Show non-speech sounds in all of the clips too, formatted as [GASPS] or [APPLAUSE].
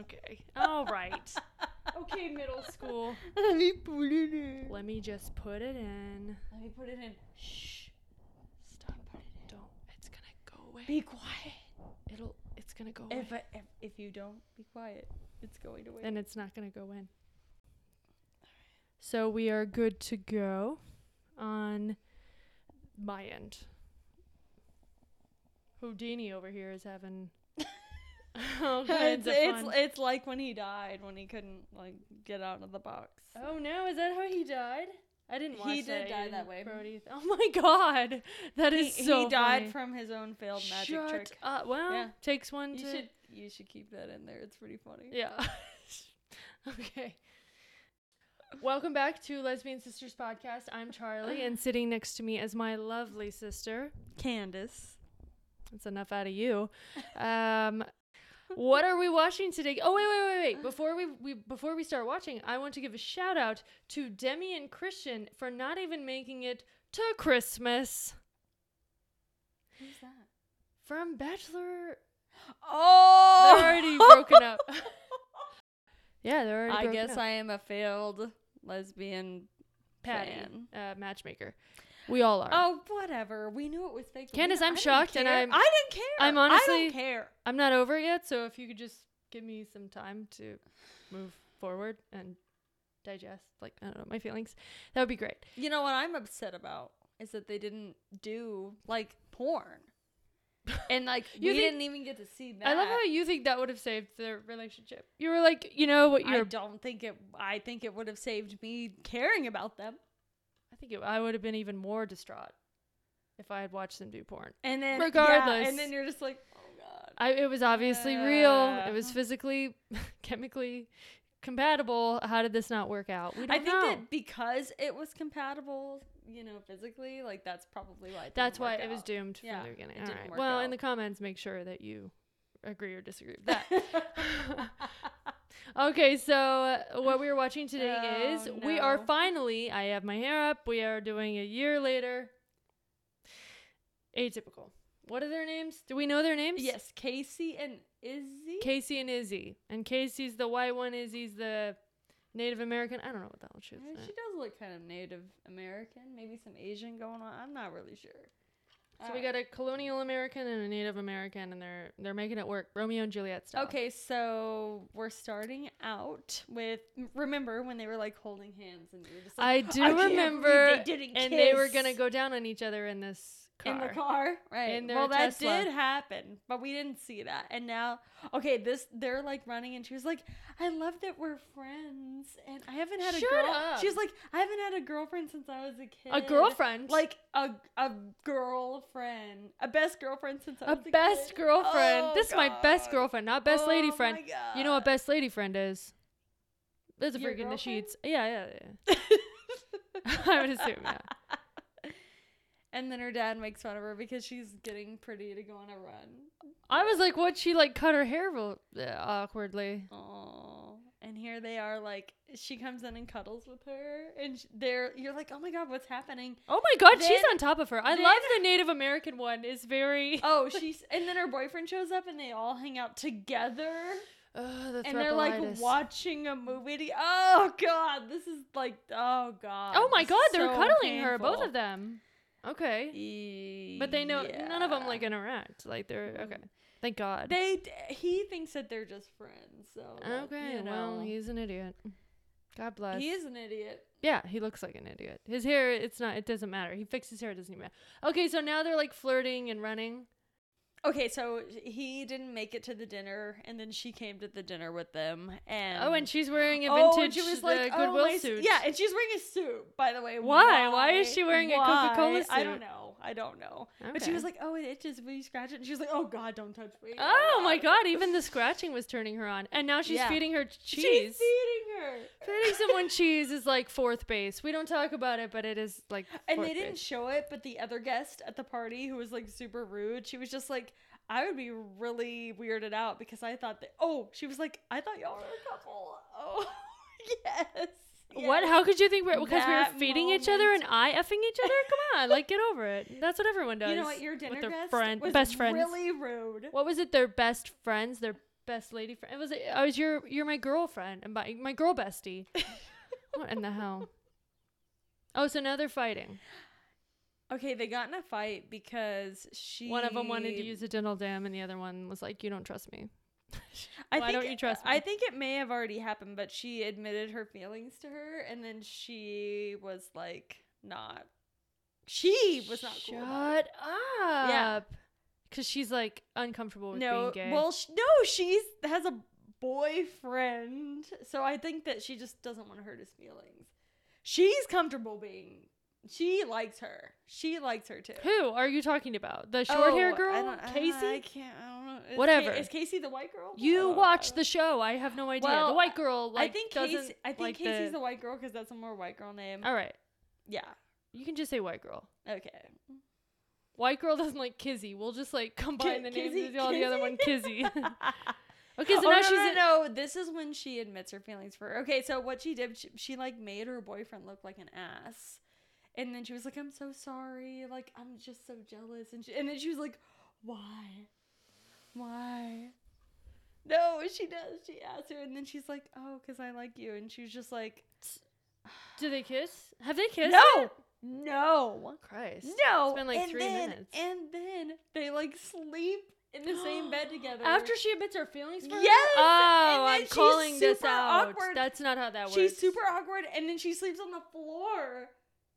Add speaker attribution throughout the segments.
Speaker 1: Okay. All right. Okay, middle school.
Speaker 2: [LAUGHS] Let me put it in.
Speaker 1: Let me just put it in.
Speaker 2: Let me put it in. Shh. Stop putting it
Speaker 1: Don't. It's gonna go
Speaker 2: in.
Speaker 1: away.
Speaker 2: Be quiet.
Speaker 1: It'll. It's gonna go away.
Speaker 2: If, I, if if you don't be quiet, it's going away. [LAUGHS]
Speaker 1: and it's not going to go in. So we are good to go on my end. Houdini over here
Speaker 2: [LAUGHS]
Speaker 1: is having all
Speaker 2: it's,
Speaker 1: kinds of
Speaker 2: it's
Speaker 1: fun.
Speaker 2: it's like when he died when he couldn't like get out of the box.
Speaker 1: oh no, is that how he died? I didn't watch
Speaker 2: He did
Speaker 1: that,
Speaker 2: die
Speaker 1: you
Speaker 2: that way.
Speaker 1: Brody. Oh my god, that
Speaker 2: he,
Speaker 1: is so.
Speaker 2: he died
Speaker 1: funny.
Speaker 2: from his own failed magic
Speaker 1: Shut
Speaker 2: trick.
Speaker 1: up. Well,
Speaker 2: Yeah.
Speaker 1: takes one
Speaker 2: You
Speaker 1: to.
Speaker 2: should you should keep that in there. It's pretty funny.
Speaker 1: Yeah. [LAUGHS] okay. Welcome back to Lesbian Sisters Podcast. I'm Charlie, and sitting next to me is my lovely sister.
Speaker 2: Candace.
Speaker 1: That's enough out
Speaker 2: [LAUGHS]
Speaker 1: of you. Um, what are we watching today? Oh wait, wait, wait, wait! Before we, we before we start watching, I want to give a shout out to Demi and Christian for not even making it to Christmas
Speaker 2: Who's that?
Speaker 1: from Bachelor.
Speaker 2: Oh,
Speaker 1: They're already broken up.
Speaker 2: [LAUGHS]
Speaker 1: Yeah, they're already.
Speaker 2: I
Speaker 1: broken
Speaker 2: guess
Speaker 1: up.
Speaker 2: I am a failed lesbian.
Speaker 1: Patty,
Speaker 2: fan.
Speaker 1: uh, matchmaker. We all are.
Speaker 2: Oh, whatever. We knew it was fake. but we
Speaker 1: Candace,
Speaker 2: don't-
Speaker 1: I'm
Speaker 2: I didn't
Speaker 1: shocked and
Speaker 2: care.
Speaker 1: I'm-
Speaker 2: I didn't care.
Speaker 1: I'm
Speaker 2: I
Speaker 1: honestly-
Speaker 2: don't care.
Speaker 1: I'm not over it yet, so if you could just give me some time to move forward and digest, like, I don't know, my feelings, that would be great.
Speaker 2: You know what I'm upset about is that they didn't do like
Speaker 1: [LAUGHS]
Speaker 2: porn, and like
Speaker 1: You
Speaker 2: we
Speaker 1: think-
Speaker 2: didn't even get to see that.
Speaker 1: I love how you think that would have saved their relationship. You were like, you know what,
Speaker 2: I
Speaker 1: you're.
Speaker 2: don't think it. I think it would have saved me caring about them.
Speaker 1: I think it, I would have been even more distraught if I had watched them do porn.
Speaker 2: And then yeah,
Speaker 1: Regardless.
Speaker 2: and then you're just like, oh god.
Speaker 1: I, it was obviously real. It
Speaker 2: Yeah.
Speaker 1: was physically, [LAUGHS] chemically compatible. How did this not work out? We don't
Speaker 2: I think
Speaker 1: know.
Speaker 2: that because it was compatible, you know, physically, like that's probably why. It
Speaker 1: That's
Speaker 2: didn't
Speaker 1: why
Speaker 2: work
Speaker 1: it was
Speaker 2: out.
Speaker 1: doomed from
Speaker 2: Yeah,
Speaker 1: the beginning.
Speaker 2: it
Speaker 1: All
Speaker 2: didn't
Speaker 1: right.
Speaker 2: work
Speaker 1: Well, in
Speaker 2: out.
Speaker 1: the comments, make sure that you agree or disagree
Speaker 2: [LAUGHS]
Speaker 1: with [LAUGHS] that. [LAUGHS] okay, so uh, what we're watching today
Speaker 2: [LAUGHS] Oh,
Speaker 1: is we are
Speaker 2: no.
Speaker 1: finally. I have my hair up. We are doing a year later. Atypical. What are their names? Do we know their names?
Speaker 2: Yes, Casey and Izzy.
Speaker 1: Casey and Izzy. And Casey's the white one. Izzy's the Native American. I don't know what the hell she
Speaker 2: Yeah,
Speaker 1: is.
Speaker 2: She does look kind of Native American, maybe some Asian going on. I'm not really sure.
Speaker 1: So we got a colonial American and a Native American, and they're they're making it work. Romeo and Juliet style.
Speaker 2: Okay, so we're starting out with. Remember when they were like holding hands and you were just
Speaker 1: I
Speaker 2: like,
Speaker 1: do
Speaker 2: can't believe
Speaker 1: remember,
Speaker 2: they didn't
Speaker 1: and they were
Speaker 2: kiss
Speaker 1: gonna go down on each other in this car.
Speaker 2: in the car, right?
Speaker 1: In their
Speaker 2: well, that
Speaker 1: Tesla.
Speaker 2: did happen, but we didn't see that. And now, okay, this they're like running, and she was like, "I love that we're friends," and I haven't had
Speaker 1: Shut
Speaker 2: a girl.
Speaker 1: up.
Speaker 2: She was like, "I haven't had a girlfriend since I was a kid."
Speaker 1: A girlfriend,
Speaker 2: like a a girlfriend, a best girlfriend since I [LAUGHS]
Speaker 1: a
Speaker 2: was a
Speaker 1: best
Speaker 2: kid.
Speaker 1: girlfriend.
Speaker 2: Oh,
Speaker 1: this is my best
Speaker 2: God.
Speaker 1: girlfriend, not best
Speaker 2: Oh,
Speaker 1: lady
Speaker 2: my
Speaker 1: friend. You know what
Speaker 2: God.
Speaker 1: best lady friend is? There's a
Speaker 2: Your
Speaker 1: freak in the
Speaker 2: girlfriend?
Speaker 1: sheets. Yeah, yeah, yeah. [LAUGHS] I would assume, yeah.
Speaker 2: [LAUGHS] And then her dad makes fun of her because she's getting pretty to go on a run.
Speaker 1: I was like, what? She like cut her hair real uh, awkwardly.
Speaker 2: Oh, and here they are. Like she comes in and cuddles with her, and sh- they're you're like, oh my god, what's happening?
Speaker 1: Oh my God, she's
Speaker 2: Then-
Speaker 1: on top of her. I
Speaker 2: then-
Speaker 1: love the Native American one. Is very.
Speaker 2: [LAUGHS]
Speaker 1: [LAUGHS]
Speaker 2: Oh, she's and then her boyfriend shows up, and they all hang out together,
Speaker 1: Ugh, the
Speaker 2: and they're like
Speaker 1: thrapelitis.
Speaker 2: watching a movie. to- oh god, this is like, oh god.
Speaker 1: Oh my
Speaker 2: this
Speaker 1: God,
Speaker 2: is
Speaker 1: they're
Speaker 2: so
Speaker 1: cuddling her, both
Speaker 2: painful.
Speaker 1: of them. Okay. But they know none of them like
Speaker 2: Yeah.
Speaker 1: interact. Like they're okay.
Speaker 2: Mm.
Speaker 1: Thank God.
Speaker 2: They d- he thinks that they're just friends. So like,
Speaker 1: okay.
Speaker 2: you
Speaker 1: well,
Speaker 2: know.
Speaker 1: he's an idiot. God bless.
Speaker 2: he is an idiot.
Speaker 1: yeah, he looks like an idiot. His hair, it's not. It doesn't matter. He fixed his hair. It doesn't even matter. Okay, so now they're like flirting and running.
Speaker 2: Okay, so he didn't make it to the dinner, and then she came to the dinner with them, and
Speaker 1: oh, and she's wearing a
Speaker 2: Oh,
Speaker 1: vintage
Speaker 2: and she was like,
Speaker 1: uh,
Speaker 2: oh,
Speaker 1: Goodwill
Speaker 2: my s-
Speaker 1: suit.
Speaker 2: Yeah, and she's wearing a suit, by the way.
Speaker 1: Why? Why is she wearing a Coca-Cola
Speaker 2: Why? I don't
Speaker 1: suit?
Speaker 2: know. I don't know. But she
Speaker 1: Okay.
Speaker 2: was like, "Oh, it itches. Will you scratch it?" And she was like, "Oh God, don't touch me."
Speaker 1: Oh
Speaker 2: [LAUGHS]
Speaker 1: my God! Even the scratching was turning her on, and now she's
Speaker 2: Yeah.
Speaker 1: feeding her
Speaker 2: She's
Speaker 1: cheese.
Speaker 2: feeding her.
Speaker 1: feeding someone cheese is like fourth base. We don't talk about it, but it is like.
Speaker 2: [LAUGHS] And they
Speaker 1: fourth
Speaker 2: didn't
Speaker 1: base.
Speaker 2: show it, but the other guest at the party who was like super rude, she was just like, I would be really weirded out because I thought that, oh, she was like, I thought y'all were a couple. [LAUGHS] Oh, yes.
Speaker 1: What?
Speaker 2: yes.
Speaker 1: How could you think we're because we
Speaker 2: That
Speaker 1: were feeding each other and I effing each other? Come on, like get over it. That's what everyone does.
Speaker 2: You know what? Your
Speaker 1: with
Speaker 2: dinner
Speaker 1: their
Speaker 2: guest
Speaker 1: friend-
Speaker 2: was
Speaker 1: best friends.
Speaker 2: really rude.
Speaker 1: What was it? Their best friends, their best lady friend. It was I was your you're my girlfriend and my my girl bestie. what in the hell? Oh, so now they're fighting.
Speaker 2: [LAUGHS] Okay, they got in a fight because she.
Speaker 1: One of them wanted to use a dental dam, and the other one was like, "You don't trust me."
Speaker 2: I
Speaker 1: Why
Speaker 2: think,
Speaker 1: don't you trust
Speaker 2: I
Speaker 1: me?
Speaker 2: think it may have already happened, but she admitted her feelings to her, and then she was like, not. She was not
Speaker 1: Shut
Speaker 2: cool. about it.
Speaker 1: up.
Speaker 2: Yeah.
Speaker 1: Because she's like uncomfortable with
Speaker 2: No,
Speaker 1: being gay.
Speaker 2: well, sh- no, she has a boyfriend, so I think that she just doesn't want to hurt his feelings. She's comfortable being. She likes her. She likes her too.
Speaker 1: who are you talking about? The short hair
Speaker 2: Oh,
Speaker 1: girl,
Speaker 2: I don't, I-
Speaker 1: Casey.
Speaker 2: I can't. I don't know. Is Ca-
Speaker 1: Whatever.
Speaker 2: is Casey the white girl? I
Speaker 1: you
Speaker 2: don't know.
Speaker 1: watch the show. I have no idea. the
Speaker 2: Well,
Speaker 1: white girl. Like,
Speaker 2: I think
Speaker 1: doesn't.
Speaker 2: Casey, I think
Speaker 1: like
Speaker 2: Casey's the,
Speaker 1: the-
Speaker 2: white girl because that's a more white girl name.
Speaker 1: All right,
Speaker 2: Yeah.
Speaker 1: you can just say white girl.
Speaker 2: Okay.
Speaker 1: White girl doesn't like Kizzy. We'll just like [LAUGHS] combine the names
Speaker 2: Kizzy-
Speaker 1: and call the other one Kizzy. [LAUGHS]
Speaker 2: oh [LAUGHS]
Speaker 1: okay, so
Speaker 2: no,
Speaker 1: now
Speaker 2: Oh, no,
Speaker 1: she's
Speaker 2: no,
Speaker 1: in-
Speaker 2: no. This is when she admits her feelings for her. Okay, so what she did, she, she like made her boyfriend look like an ass, and then she was like, "I'm so sorry. Like I'm just so jealous," and she, and then she was like, "Why? Why?" No, she does. She asks her, and then she's like, "Oh, because I like you," and she was just like,
Speaker 1: Do they kiss? Have they kissed?
Speaker 2: "No,
Speaker 1: yet?
Speaker 2: no."
Speaker 1: Christ.
Speaker 2: No.
Speaker 1: It's been, like,
Speaker 2: and
Speaker 1: three
Speaker 2: then,
Speaker 1: minutes.
Speaker 2: And then they like sleep in the same bed together.
Speaker 1: After she admits her feelings for her?
Speaker 2: Yes!
Speaker 1: Oh,
Speaker 2: And then
Speaker 1: I'm
Speaker 2: she's
Speaker 1: calling this
Speaker 2: super
Speaker 1: out.
Speaker 2: awkward.
Speaker 1: That's not how that works.
Speaker 2: she's super awkward, and then she sleeps on the floor.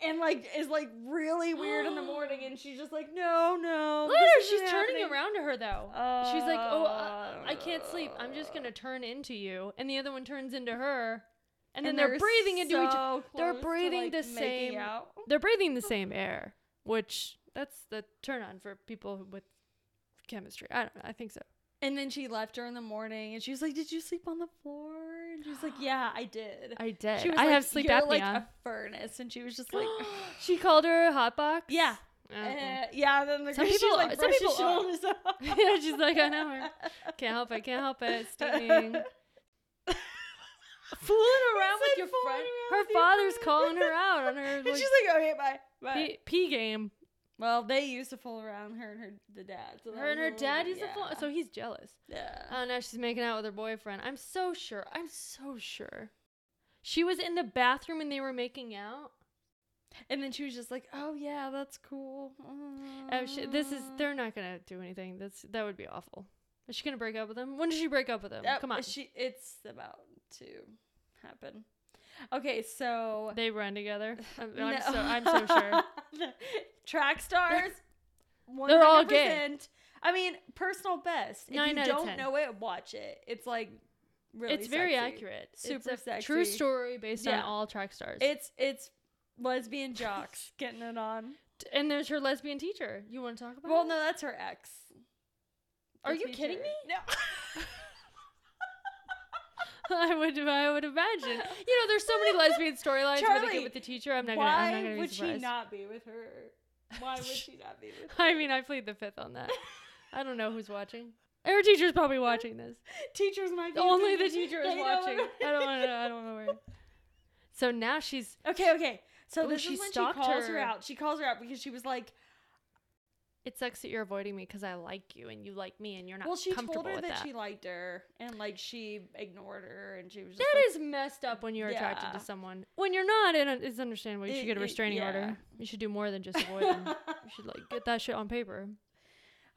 Speaker 2: And like is like really weird in the morning, and she's just like, no, no.
Speaker 1: Look
Speaker 2: this
Speaker 1: at her.
Speaker 2: isn't
Speaker 1: She's turning
Speaker 2: happening."
Speaker 1: around to her though. she's like, oh, uh,
Speaker 2: Oh.
Speaker 1: I can't sleep. I'm just gonna turn into you, and the other one turns into her, and,
Speaker 2: And
Speaker 1: then they're, breathing into each.
Speaker 2: so
Speaker 1: they're
Speaker 2: close to,
Speaker 1: breathing
Speaker 2: like,
Speaker 1: the
Speaker 2: making
Speaker 1: same-
Speaker 2: out.
Speaker 1: They're breathing the same air, which that's the turn on for people with chemistry. I don't. know. I think so.
Speaker 2: And then she left her in the morning, and she was like, "Did you sleep on the floor?" And she was
Speaker 1: [GASPS]
Speaker 2: like, "Yeah, I did."
Speaker 1: I did.
Speaker 2: She was
Speaker 1: I
Speaker 2: like,
Speaker 1: have sleep
Speaker 2: "You're
Speaker 1: apnea.
Speaker 2: like a furnace, and she was just like,
Speaker 1: [GASPS] she called her a hot box. Oh,
Speaker 2: "Yeah,
Speaker 1: Okay.
Speaker 2: Uh, yeah, then the
Speaker 1: Some
Speaker 2: some people,
Speaker 1: people-
Speaker 2: like,
Speaker 1: some
Speaker 2: brushes
Speaker 1: people are.
Speaker 2: shoulders off.
Speaker 1: [LAUGHS] yeah, she's like, I know her. [LAUGHS]
Speaker 2: [LAUGHS]
Speaker 1: Can't help it. Can't help [LAUGHS] it. Stinging. fooling around with
Speaker 2: said
Speaker 1: your
Speaker 2: fooling
Speaker 1: friend.
Speaker 2: around
Speaker 1: Her
Speaker 2: with your
Speaker 1: father's
Speaker 2: friend.
Speaker 1: calling
Speaker 2: [LAUGHS]
Speaker 1: her out [LAUGHS] on her
Speaker 2: and
Speaker 1: like,
Speaker 2: she's like, okay, bye, bye.
Speaker 1: p-, p game.
Speaker 2: well, they used to fool around her and her the dad. So that
Speaker 1: Her
Speaker 2: was
Speaker 1: and
Speaker 2: a
Speaker 1: her
Speaker 2: little
Speaker 1: dad
Speaker 2: bit-
Speaker 1: used to fool.
Speaker 2: yeah.
Speaker 1: So he's jealous.
Speaker 2: yeah.
Speaker 1: Oh, now she's making out with her boyfriend. I'm so sure. I'm so sure. She was in the bathroom and they were making out. uh,
Speaker 2: and then she was just like, oh yeah, that's cool.
Speaker 1: Oh, sh- this is.
Speaker 2: Mm.
Speaker 1: They're not gonna do anything. That's that would be awful. Is she gonna break up with him? When did she break up with him?
Speaker 2: Yep,
Speaker 1: Come on.
Speaker 2: She, it's about to happen. Okay, so
Speaker 1: They run together. [LAUGHS] I'm, I'm
Speaker 2: No.
Speaker 1: so I'm [LAUGHS] so sure.
Speaker 2: [LAUGHS] Track stars, one
Speaker 1: [LAUGHS] They're
Speaker 2: hundred
Speaker 1: all gay.
Speaker 2: percent. I mean, personal best. If
Speaker 1: Nine
Speaker 2: you
Speaker 1: out of
Speaker 2: don't
Speaker 1: 10.
Speaker 2: know it, watch it. It's like really.
Speaker 1: it's very
Speaker 2: sexy.
Speaker 1: accurate. It's
Speaker 2: Super
Speaker 1: a f- True
Speaker 2: sexy.
Speaker 1: story based on
Speaker 2: Yeah.
Speaker 1: all track stars.
Speaker 2: It's it's lesbian
Speaker 1: [LAUGHS]
Speaker 2: jocks getting it on.
Speaker 1: T- and there's her lesbian teacher. You want to talk about?
Speaker 2: Well,
Speaker 1: it?
Speaker 2: no, that's her ex.
Speaker 1: Are
Speaker 2: The
Speaker 1: you kidding
Speaker 2: teacher.
Speaker 1: me?
Speaker 2: No.
Speaker 1: [LAUGHS]
Speaker 2: [LAUGHS]
Speaker 1: I would. I would imagine. You know, there's so many lesbian storylines where they
Speaker 2: Charlie,
Speaker 1: get with the teacher. [LAUGHS] I'm not
Speaker 2: Why
Speaker 1: gonna. I'm not gonna be
Speaker 2: would she
Speaker 1: surprised.
Speaker 2: not be with her? Why would she not be with her? [LAUGHS]
Speaker 1: [LAUGHS] I mean, I played the fifth on that. I don't know who's watching. Her teacher's probably watching this.
Speaker 2: [LAUGHS] Teachers might be
Speaker 1: Only the
Speaker 2: thinking
Speaker 1: teacher is
Speaker 2: they know
Speaker 1: watching.
Speaker 2: everything.
Speaker 1: [LAUGHS] I don't want to know. I don't want to worry. So now she's
Speaker 2: Okay, okay. So
Speaker 1: Ooh,
Speaker 2: this
Speaker 1: Oh, she
Speaker 2: is when she
Speaker 1: stalked
Speaker 2: calls her.
Speaker 1: her.
Speaker 2: out. She calls her out because she was like,
Speaker 1: it sucks that you're avoiding me because I like you and you like me and you're not
Speaker 2: well, she
Speaker 1: comfortable
Speaker 2: told her that,
Speaker 1: with that.
Speaker 2: she liked her and like she ignored her and she was just
Speaker 1: That is messed up when you're attracted
Speaker 2: Yeah.
Speaker 1: to someone. When you're not, it un- it's understandable. You
Speaker 2: It-
Speaker 1: should get a
Speaker 2: it-
Speaker 1: restraining
Speaker 2: yeah.
Speaker 1: order. You should do more than just
Speaker 2: [LAUGHS]
Speaker 1: avoid
Speaker 2: like,
Speaker 1: them. [LAUGHS] You should like get that shit on paper.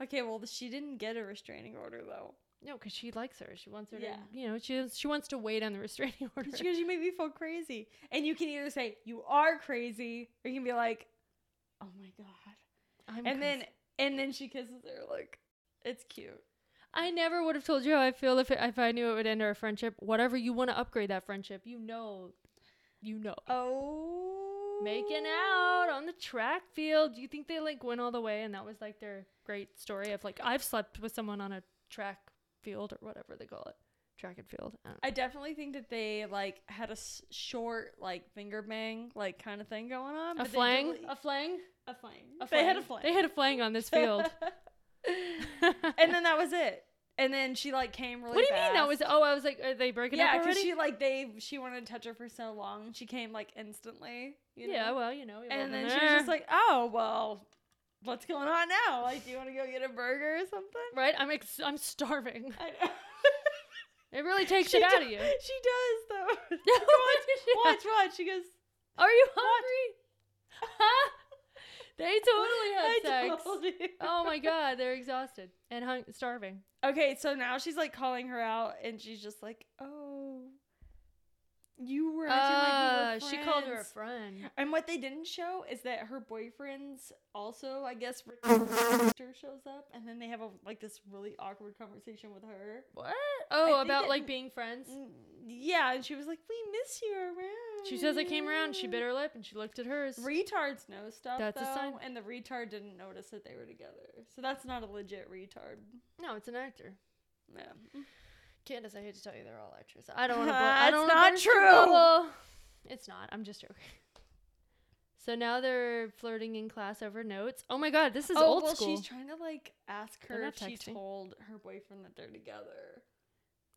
Speaker 2: okay, well, she didn't get a restraining order
Speaker 1: [LAUGHS]
Speaker 2: though.
Speaker 1: No, because she likes her. She wants her
Speaker 2: Yeah.
Speaker 1: to, you know, she she wants to wait on the [LAUGHS] restraining order.
Speaker 2: She goes, "You make me feel crazy," and you can either say you are crazy, or you can be like, "Oh my god,"
Speaker 1: I'm
Speaker 2: and
Speaker 1: cons-
Speaker 2: then and then she kisses her. Like, it's cute.
Speaker 1: I never would have told you how I feel if it, if I knew it would end our friendship. Whatever you want to upgrade that friendship, you know, you know.
Speaker 2: Oh,
Speaker 1: Making out on the track field. Do you think they like went all the way and that was like their great story of like I've slept with someone on a track field or whatever they call it, track and field. I don't know.
Speaker 2: I definitely think that they like had a s- short like finger bang like kind of thing going on.
Speaker 1: A
Speaker 2: but they
Speaker 1: flang,
Speaker 2: did-
Speaker 1: a flang,
Speaker 2: a flang.
Speaker 1: a
Speaker 2: They had a flang.
Speaker 1: flang. They had a flang
Speaker 2: [LAUGHS]
Speaker 1: on this field. [LAUGHS]
Speaker 2: and then that was it. And then she like came really.
Speaker 1: what do you mean that
Speaker 2: fast.
Speaker 1: was? Oh, I was like, are they breaking
Speaker 2: Yeah,
Speaker 1: up
Speaker 2: because
Speaker 1: already?
Speaker 2: she like they she wanted to touch her for so long. and She came like instantly. You know?
Speaker 1: Yeah, well, you know. we've all
Speaker 2: and
Speaker 1: been
Speaker 2: then she was
Speaker 1: there.
Speaker 2: just like, "Oh well, what's going on now? Like, do you want to go get a burger or something?" [LAUGHS]
Speaker 1: [LAUGHS] right? I'm ex- I'm starving.
Speaker 2: I know.
Speaker 1: It really takes it
Speaker 2: do-
Speaker 1: out of you.
Speaker 2: [LAUGHS]
Speaker 1: [LAUGHS]
Speaker 2: She does though.
Speaker 1: What did you-
Speaker 2: watch, watch. She goes.
Speaker 1: Are you hungry? [LAUGHS] huh? They totally had
Speaker 2: I
Speaker 1: sex.
Speaker 2: told you.
Speaker 1: Oh my god, they're exhausted and hung- starving.
Speaker 2: Okay, so now she's like calling her out, and she's just like, "Oh, you were." acting
Speaker 1: Uh,
Speaker 2: like we were
Speaker 1: she called her a
Speaker 2: friends."
Speaker 1: friend.
Speaker 2: And what they didn't show is that her boyfriend's also, I
Speaker 1: [LAUGHS]
Speaker 2: guess, Richter shows up, and then they have a, like this really awkward conversation with her.
Speaker 1: What? Oh,
Speaker 2: think
Speaker 1: about
Speaker 2: that-
Speaker 1: like being friends.
Speaker 2: Mm, Yeah, and she was like, "We miss you around."
Speaker 1: She says I came around. She bit her lip and she looked at hers.
Speaker 2: Retards know stuff.
Speaker 1: That's a
Speaker 2: though,
Speaker 1: sign.
Speaker 2: And the retard didn't notice that they were together, so that's not a legit retard.
Speaker 1: No, it's an actor.
Speaker 2: No.
Speaker 1: Candace, I hate to tell you, they're all actors. I don't want [LAUGHS] to. I
Speaker 2: That's
Speaker 1: don't wanna
Speaker 2: not
Speaker 1: burst your
Speaker 2: true.
Speaker 1: bubble. It's not. I'm just joking. So now they're flirting in class over notes. Oh my god, this is
Speaker 2: oh
Speaker 1: old
Speaker 2: well,
Speaker 1: school.
Speaker 2: she's trying to like ask
Speaker 1: They're
Speaker 2: her if
Speaker 1: not
Speaker 2: she
Speaker 1: texting.
Speaker 2: told her boyfriend that they're together,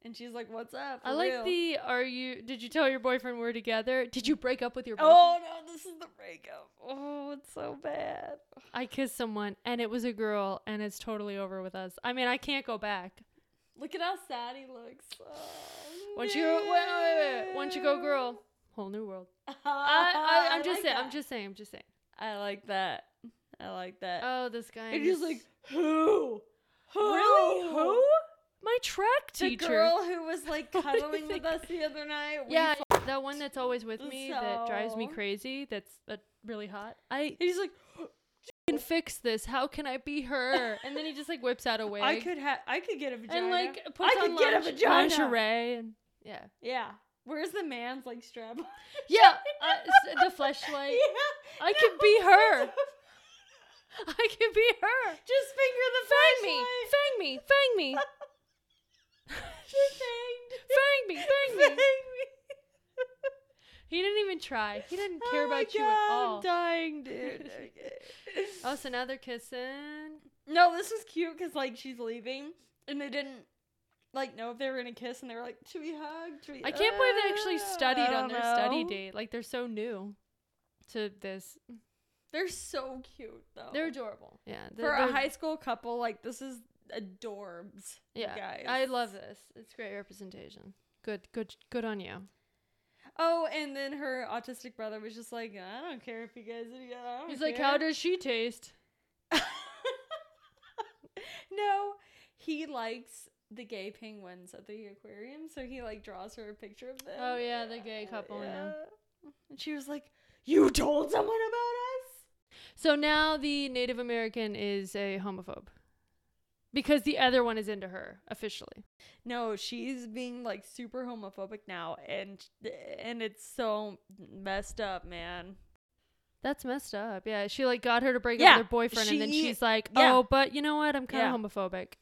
Speaker 2: and she's like, "What's up?"
Speaker 1: I
Speaker 2: for
Speaker 1: like
Speaker 2: real?"
Speaker 1: the are you did you tell your boyfriend we're together? Did you break up with your boyfriend?
Speaker 2: Oh no, this is the breakup. Oh, it's so bad.
Speaker 1: I kissed someone and it was a girl and it's totally over with us. I mean, I can't go back.
Speaker 2: Look at how sad he looks. Oh,
Speaker 1: Once you go, wait, wait, wait, wait. Once you
Speaker 2: [LAUGHS]
Speaker 1: go girl, whole new world.
Speaker 2: no.
Speaker 1: I, I, I'm just
Speaker 2: Uh, like
Speaker 1: saying,
Speaker 2: that.
Speaker 1: I'm just saying, I'm just saying.
Speaker 2: I like that. I like that.
Speaker 1: Oh, this guy.
Speaker 2: and
Speaker 1: and
Speaker 2: he's
Speaker 1: his-
Speaker 2: like, who? Who?
Speaker 1: Really? Who? My track
Speaker 2: The
Speaker 1: teacher.
Speaker 2: girl who was like
Speaker 1: [LAUGHS] What do you
Speaker 2: cuddling with
Speaker 1: think?
Speaker 2: us the other night. we
Speaker 1: yeah,
Speaker 2: fu-
Speaker 1: that one that's always with me that drives me
Speaker 2: So-
Speaker 1: crazy. That's uh, really hot. I
Speaker 2: And he's like,
Speaker 1: can fix this. How can I be
Speaker 2: [LAUGHS]
Speaker 1: her? And then he just like whips out a wig.
Speaker 2: I could have, I could get a vagina.
Speaker 1: and like puts
Speaker 2: I could
Speaker 1: on
Speaker 2: get a
Speaker 1: linge-
Speaker 2: vagina.
Speaker 1: lingerie and yeah,
Speaker 2: [LAUGHS] yeah. Where's the man's like strap? [LAUGHS]
Speaker 1: yeah. Uh, s- the fleshlight. I could be her. I could be her.
Speaker 2: [LAUGHS] Just finger the
Speaker 1: Fang me,
Speaker 2: flashlight.
Speaker 1: fang me, fang me,
Speaker 2: [LAUGHS] She fanged.
Speaker 1: fang me, fang
Speaker 2: Fang
Speaker 1: me.
Speaker 2: [LAUGHS]
Speaker 1: He didn't even try. He didn't care
Speaker 2: Oh my
Speaker 1: about you at
Speaker 2: God,
Speaker 1: all.
Speaker 2: I'm dying,
Speaker 1: [LAUGHS]
Speaker 2: dude. Okay.
Speaker 1: Oh, so now they're kissing.
Speaker 2: no, this was cute because like she's leaving and they didn't like know if they were gonna kiss and they were like, should we hug? Should we?
Speaker 1: I can't believe they
Speaker 2: Uh,
Speaker 1: actually studied
Speaker 2: I
Speaker 1: on
Speaker 2: don't
Speaker 1: their study
Speaker 2: know."
Speaker 1: date. Like they're so new to this.
Speaker 2: They're so cute though.
Speaker 1: They're adorable. Yeah,
Speaker 2: for
Speaker 1: they're-
Speaker 2: a
Speaker 1: they're-
Speaker 2: high school couple. Like this is adorbs. you
Speaker 1: Yeah,
Speaker 2: guys.
Speaker 1: I love this. It's great representation. Good, good, good on you.
Speaker 2: Oh, and then her autistic brother was just like, I don't care if you guys are together. I don't
Speaker 1: He's like,
Speaker 2: care."
Speaker 1: how does she taste?
Speaker 2: [LAUGHS] no, he likes the gay penguins at the aquarium, so he like draws her a picture of them.
Speaker 1: Oh, yeah, the gay couple, I know.
Speaker 2: Yeah. And she was like, "You told someone about us."
Speaker 1: So now the Native American is a homophobe because the other one is into her officially.
Speaker 2: No, she's being like super homophobic now, and and it's so messed up, man.
Speaker 1: That's messed up. Yeah, she like got her to break
Speaker 2: Yeah,
Speaker 1: up with her boyfriend, and then
Speaker 2: she-
Speaker 1: she's like,
Speaker 2: yeah.
Speaker 1: "Oh, but you know what? I'm kind
Speaker 2: Yeah.
Speaker 1: of homophobic."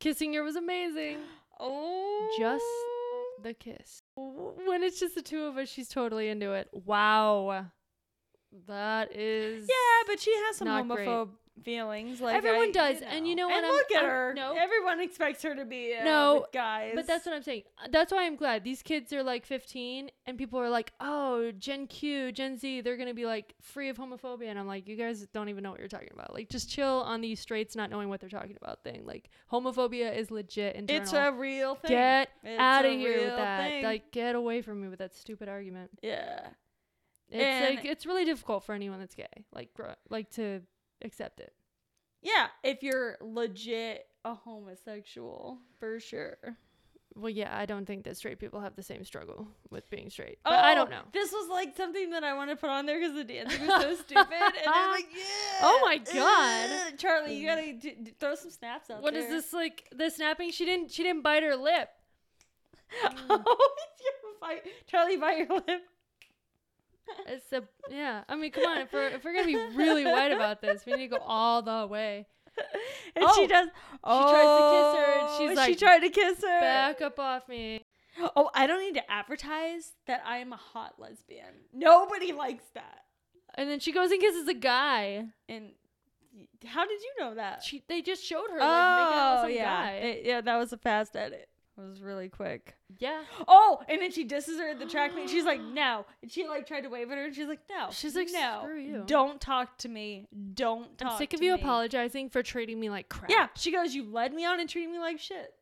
Speaker 1: Kissing her was amazing. [GASPS]
Speaker 2: Oh,
Speaker 1: Just the kiss. W- When it's just the two of us, she's totally into it. Wow, that is
Speaker 2: yeah, but she has some
Speaker 1: Not great.
Speaker 2: homophobe feelings. Like
Speaker 1: Everyone
Speaker 2: I-
Speaker 1: does, and you know what,
Speaker 2: And
Speaker 1: I'm-
Speaker 2: look at
Speaker 1: I'm-
Speaker 2: her.
Speaker 1: no.
Speaker 2: everyone expects her to be uh,
Speaker 1: No,
Speaker 2: with guys.
Speaker 1: But that's what I'm saying. Uh, That's why I'm glad these kids are like 15, and people are like, "Oh, Gen Q, Gen Z, they're gonna be like free of homophobia," and I'm like, "You guys don't even know what you're talking about. Like, just chill on these straights not knowing what they're talking about thing. Like, homophobia is legit internal.
Speaker 2: It's a real thing.
Speaker 1: get
Speaker 2: It's
Speaker 1: out of
Speaker 2: a
Speaker 1: here with
Speaker 2: real
Speaker 1: that.
Speaker 2: thing.
Speaker 1: Like, get away from me with that stupid argument.
Speaker 2: yeah.
Speaker 1: It's
Speaker 2: And-
Speaker 1: like it's really difficult for anyone that's gay, like, gr- like to accept it.
Speaker 2: Yeah, if you're legit a homosexual, for sure.
Speaker 1: Well, yeah, I don't think that straight people have the same struggle with being straight. But
Speaker 2: Oh,
Speaker 1: I don't know.
Speaker 2: This was like something that I want to put on there because the dancing was so stupid. And
Speaker 1: [LAUGHS]
Speaker 2: I'm like, yeah.
Speaker 1: Oh my God. Mm.
Speaker 2: ugh." Charlie, you gotta d- d- throw some snaps out
Speaker 1: What
Speaker 2: there.
Speaker 1: is this like? The snapping? She didn't. She didn't bite her lip.
Speaker 2: [LAUGHS] oh, it's gonna bite- Charlie, bite your lip.
Speaker 1: It's a yeah. I mean, come on. If we're if we're gonna be really white about this, we need to go all the way.
Speaker 2: And she
Speaker 1: Oh.
Speaker 2: does.
Speaker 1: tries to kiss her, and
Speaker 2: Oh,
Speaker 1: she's
Speaker 2: she
Speaker 1: like,
Speaker 2: tried to kiss her.
Speaker 1: Back up off me.
Speaker 2: Oh, I don't need to advertise that I am a hot lesbian. Nobody likes that.
Speaker 1: And then she goes and kisses a guy.
Speaker 2: And y- how did you know that?
Speaker 1: She they just showed her like making out with some
Speaker 2: Oh, yeah,
Speaker 1: guy.
Speaker 2: It- yeah, that was a fast edit. It was really quick.
Speaker 1: yeah.
Speaker 2: Oh, and then she disses her at the track meet. and [GASPS] She's like, "No," and she like tried to wave at her, and she's like, "No."
Speaker 1: She's like,
Speaker 2: "No,
Speaker 1: "Screw you."
Speaker 2: Don't talk to me. Don't talk."
Speaker 1: I'm sick of
Speaker 2: to
Speaker 1: you
Speaker 2: me."
Speaker 1: apologizing for treating me like crap.
Speaker 2: Yeah, she goes, "You led me on and treated me like shit."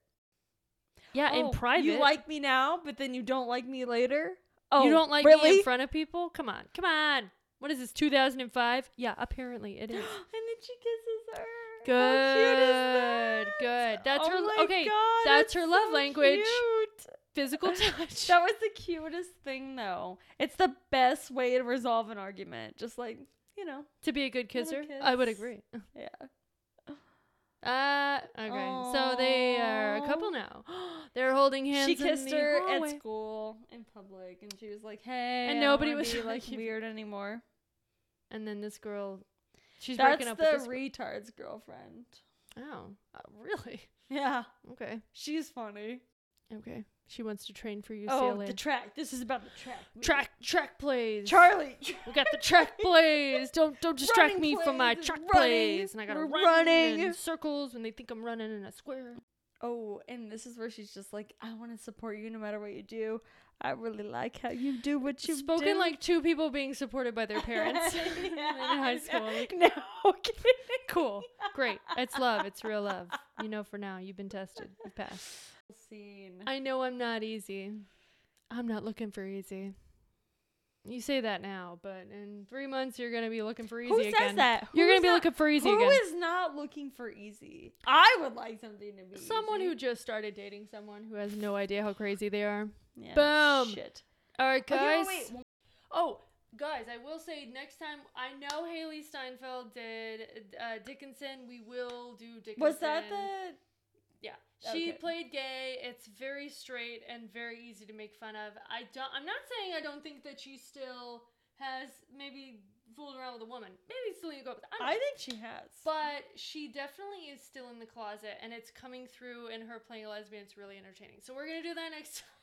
Speaker 1: Yeah,
Speaker 2: "Oh,
Speaker 1: in private.
Speaker 2: You like me now, but then you don't like me later.
Speaker 1: you don't like me
Speaker 2: really?
Speaker 1: in front of people? Come on. Come on. What is this, 2005? Yeah, apparently it
Speaker 2: [GASPS] and
Speaker 1: is.
Speaker 2: then she kisses her.
Speaker 1: Good.
Speaker 2: How cute is that?
Speaker 1: Good. That's
Speaker 2: Oh
Speaker 1: her-
Speaker 2: my
Speaker 1: okay,
Speaker 2: God,
Speaker 1: that's her love
Speaker 2: so
Speaker 1: language.
Speaker 2: cute.
Speaker 1: Physical touch.
Speaker 2: That was the cutest thing, though. It's the best way to resolve an argument. Just like you know,
Speaker 1: to be a good
Speaker 2: Little
Speaker 1: kisser? I would
Speaker 2: kiss.
Speaker 1: agree.
Speaker 2: [LAUGHS] yeah.
Speaker 1: Uh, okay. So they are a couple now. [GASPS] They're holding hands.
Speaker 2: she
Speaker 1: in
Speaker 2: kissed
Speaker 1: the
Speaker 2: her
Speaker 1: hallway.
Speaker 2: at school in public, and she was like, "Hey,"
Speaker 1: And
Speaker 2: I don't
Speaker 1: nobody
Speaker 2: wanna
Speaker 1: was
Speaker 2: be, like
Speaker 1: like- [LAUGHS]
Speaker 2: weird anymore.
Speaker 1: And then this girl, she's
Speaker 2: That's
Speaker 1: breaking up
Speaker 2: the
Speaker 1: with this. girl.
Speaker 2: retard's girlfriend. [LAUGHS]
Speaker 1: oh, uh, really?
Speaker 2: Yeah,
Speaker 1: Okay.
Speaker 2: she's funny.
Speaker 1: Okay. She wants to train for UCLA.
Speaker 2: Oh, the track. This is about the track. movie.
Speaker 1: track track plays.
Speaker 2: Charlie. [LAUGHS]
Speaker 1: we got the track [LAUGHS] plays. Don't don't distract
Speaker 2: Running
Speaker 1: me from my
Speaker 2: plays is
Speaker 1: track
Speaker 2: running.
Speaker 1: plays. And I gotta
Speaker 2: We're
Speaker 1: run
Speaker 2: running.
Speaker 1: in circles when they think I'm running in a square.
Speaker 2: Oh, and this is where she's just like, I want to support you no matter what you do. I really like how you do what you
Speaker 1: Spoken
Speaker 2: do.
Speaker 1: like two people being supported by their
Speaker 2: [LAUGHS]
Speaker 1: parents [LAUGHS]
Speaker 2: Yeah,
Speaker 1: in
Speaker 2: I
Speaker 1: high
Speaker 2: know.
Speaker 1: school. Like,
Speaker 2: [LAUGHS] No kidding.
Speaker 1: Cool. Great. It's love. It's real love. You know for now. You've been tested. You passed.
Speaker 2: [LAUGHS] Scene.
Speaker 1: I know I'm not easy. I'm not looking for easy. You say that now, but in three months you're gonna be looking for easy
Speaker 2: Who
Speaker 1: again.
Speaker 2: says that? Who
Speaker 1: You're gonna
Speaker 2: is
Speaker 1: be
Speaker 2: not-
Speaker 1: looking for easy
Speaker 2: Who
Speaker 1: again.
Speaker 2: is not looking for easy? I would like something to be
Speaker 1: Someone
Speaker 2: easy.
Speaker 1: who just started dating someone who has no idea how crazy they are.
Speaker 2: Yeah,
Speaker 1: Boom.
Speaker 2: Shit.
Speaker 1: All right,
Speaker 2: Okay, wait,
Speaker 1: guys.
Speaker 2: wait, wait.
Speaker 1: Oh, guys, I will say next time. I know Haley Steinfeld did uh, Dickinson. We will do Dickinson.
Speaker 2: Was that the?
Speaker 1: Yeah, she
Speaker 2: Okay.
Speaker 1: played gay. It's very straight and very easy to make fun of. I don't. I'm not saying I don't think that she still has maybe fooled around with a woman. Maybe Selena Gomez. I don't
Speaker 2: I think she has.
Speaker 1: but she definitely is still in the closet, and it's coming through in her playing a lesbian. It's really entertaining. So we're gonna do that next time.